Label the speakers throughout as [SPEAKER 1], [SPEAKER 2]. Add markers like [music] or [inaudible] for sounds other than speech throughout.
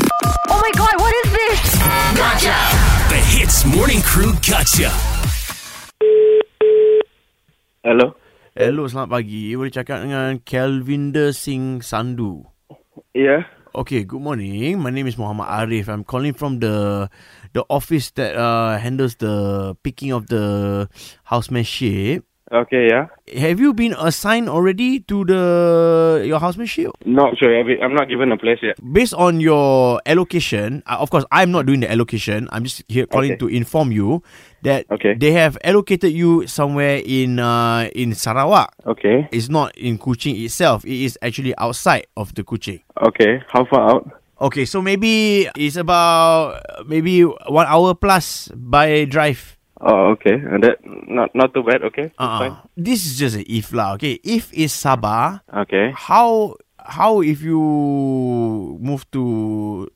[SPEAKER 1] Oh my god, what is this?
[SPEAKER 2] The Hits Morning Crew Gotcha.
[SPEAKER 3] Hello.
[SPEAKER 4] Hello, selamat pagi. You boleh cakap dengan Kelvinder Singh Sandu.
[SPEAKER 3] Yeah.
[SPEAKER 4] Okay, good morning. My name is Muhammad Arif. I'm calling from the the office that uh, handles the picking of the housemanship.
[SPEAKER 3] Okay. Yeah.
[SPEAKER 4] Have you been assigned already to the your housemanship?
[SPEAKER 3] Not sure. I've- I'm not given a place yet.
[SPEAKER 4] Based on your allocation, uh, of course, I'm not doing the allocation. I'm just here calling
[SPEAKER 3] Okay.
[SPEAKER 4] to inform you that
[SPEAKER 3] Okay.
[SPEAKER 4] they have allocated you somewhere in uh, in Sarawak.
[SPEAKER 3] Okay.
[SPEAKER 4] It's not in Kuching itself. It is actually outside of the Kuching.
[SPEAKER 3] Okay. How far out?
[SPEAKER 4] Okay, so maybe it's about uh, maybe one hour plus by drive.
[SPEAKER 3] Oh, okay. And that not not too bad. Okay. Fine.
[SPEAKER 4] Uh-uh. This is just an if lah. Okay, if is Sabah,
[SPEAKER 3] Okay.
[SPEAKER 4] how how if you move to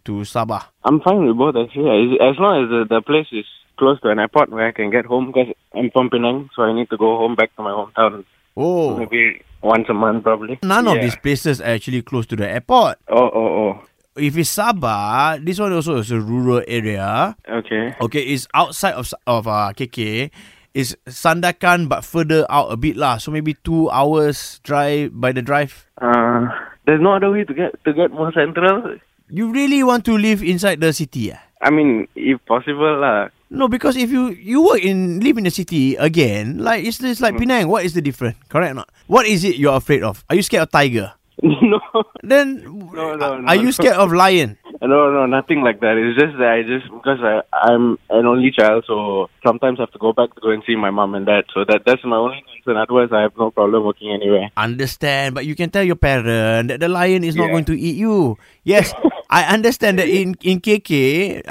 [SPEAKER 4] to Sabah?
[SPEAKER 3] I'm fine with both actually. As- As long as the, the place is close to an airport where I can get home because I'm from Penang, so I need to go home back to my hometown
[SPEAKER 4] Oh,
[SPEAKER 3] maybe once a month probably.
[SPEAKER 4] none of
[SPEAKER 3] Yeah.
[SPEAKER 4] these places are actually close to the airport.
[SPEAKER 3] Oh, oh, oh.
[SPEAKER 4] If it's Sabah, this one also is a rural area.
[SPEAKER 3] Okay.
[SPEAKER 4] Okay, it's outside of of uh, KK. It's Sandakan but further out a bit lah. So maybe two hours drive by the drive.
[SPEAKER 3] Uh, there's no other way to get to get more central.
[SPEAKER 4] You really want to live inside the city? ah?
[SPEAKER 3] I mean, if possible, lah. [laughs]
[SPEAKER 4] No, because if you you work in live in the city again, like it's it's
[SPEAKER 3] Mm.
[SPEAKER 4] like Penang. What is the difference? Correct or not? What is it you're afraid of? Are you scared of tiger?
[SPEAKER 3] no,
[SPEAKER 4] Then
[SPEAKER 3] No, no, no,
[SPEAKER 4] are you
[SPEAKER 3] no.
[SPEAKER 4] scared of lion?
[SPEAKER 3] no, no, nothing like that. It's just that I just because I I'm an only child, so sometimes I have to go back to go and see my mom and dad. So that that's my only concern. Otherwise, I have no problem working anywhere.
[SPEAKER 4] Understand, but you can tell your parent that the lion is not
[SPEAKER 3] Yeah.
[SPEAKER 4] going to eat you.
[SPEAKER 3] [laughs]
[SPEAKER 4] Yes, I understand that in in KK,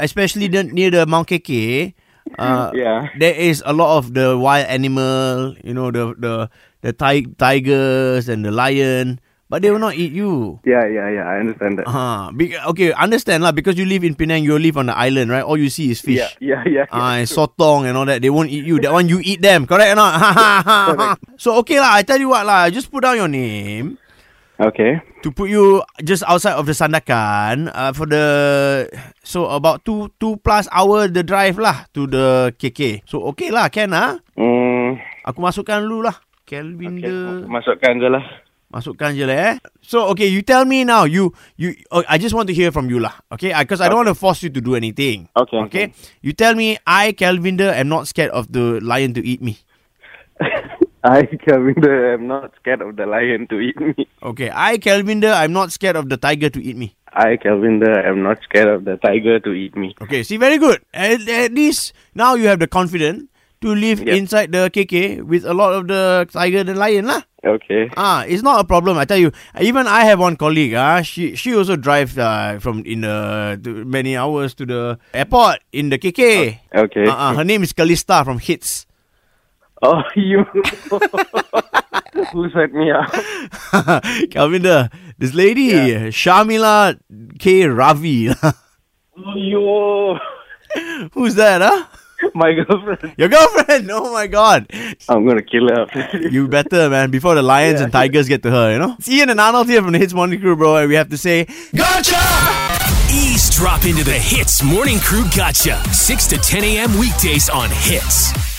[SPEAKER 4] especially the, near the Mount KK, uh,
[SPEAKER 3] Yeah.
[SPEAKER 4] there is a lot of the wild animal. You know the the the ti- tigers and the lion, but they will not eat you.
[SPEAKER 3] Yeah, yeah, yeah. I understand that.
[SPEAKER 4] Uh, be- okay, understand lah. Because you live in Penang, you live on the island, right? All you see is fish.
[SPEAKER 3] Yeah, yeah, yeah.
[SPEAKER 4] Ah, and sotong and all that. They won't eat you. That one you eat them. Correct or [laughs] not? so okay lah. I tell you what lah. Just put down your name
[SPEAKER 3] Okay.
[SPEAKER 4] to put you just outside of the Sandakan uh, for the so about two two plus hour the drive lah to the KK. So okay lah, can ah.
[SPEAKER 3] Mm,
[SPEAKER 4] Aku masukkan dulu lah.
[SPEAKER 3] okay.
[SPEAKER 4] Kelvin the
[SPEAKER 3] Masukkan je lah.
[SPEAKER 4] Masukkan je lah eh. So okay, you tell me now. You you oh, I just want to hear from you lah. Okay, because I, don't want to force you to do anything.
[SPEAKER 3] Okay,
[SPEAKER 4] Okay.
[SPEAKER 3] okay.
[SPEAKER 4] You tell me I Calvinder am not scared of the lion to eat me.
[SPEAKER 3] [laughs] I, Kavinder, am not scared of the lion to eat me.
[SPEAKER 4] Okay, I Calvinder I'm not scared of the tiger to eat me.
[SPEAKER 3] I, Kavinder, am not scared of the tiger to eat me.
[SPEAKER 4] Okay, see very good. At, at least now you have the confidence to live
[SPEAKER 3] Yep.
[SPEAKER 4] inside the KK with a lot of the tiger and lion lah.
[SPEAKER 3] Okay.
[SPEAKER 4] Ah, it's not a problem. I tell you, even I have one colleague. Ah, she she also drives uh, from in the to many hours to the airport in the KK.
[SPEAKER 3] Ah, Okay.
[SPEAKER 4] Uh, uh, her name is Kalista from Hits. [laughs]
[SPEAKER 3] Oh, [laughs] you. Who set me up?
[SPEAKER 4] Calvinder, this lady Shamila K Ravi. [laughs]
[SPEAKER 3] Oh, Yo,
[SPEAKER 4] Who's that? Huh?
[SPEAKER 3] my [laughs] girlfriend.
[SPEAKER 4] Your girlfriend? [laughs] Oh my God!
[SPEAKER 3] I'm gonna kill her. [laughs]
[SPEAKER 4] You better, man. Before the lions and tigers get to her, you know. It's Ian and Arnold here from the Hits Morning Crew, bro, and we have to say
[SPEAKER 2] Eavesdrop into the Hits Morning Crew Gotcha. 6 to 10 a.m. weekdays on Hits.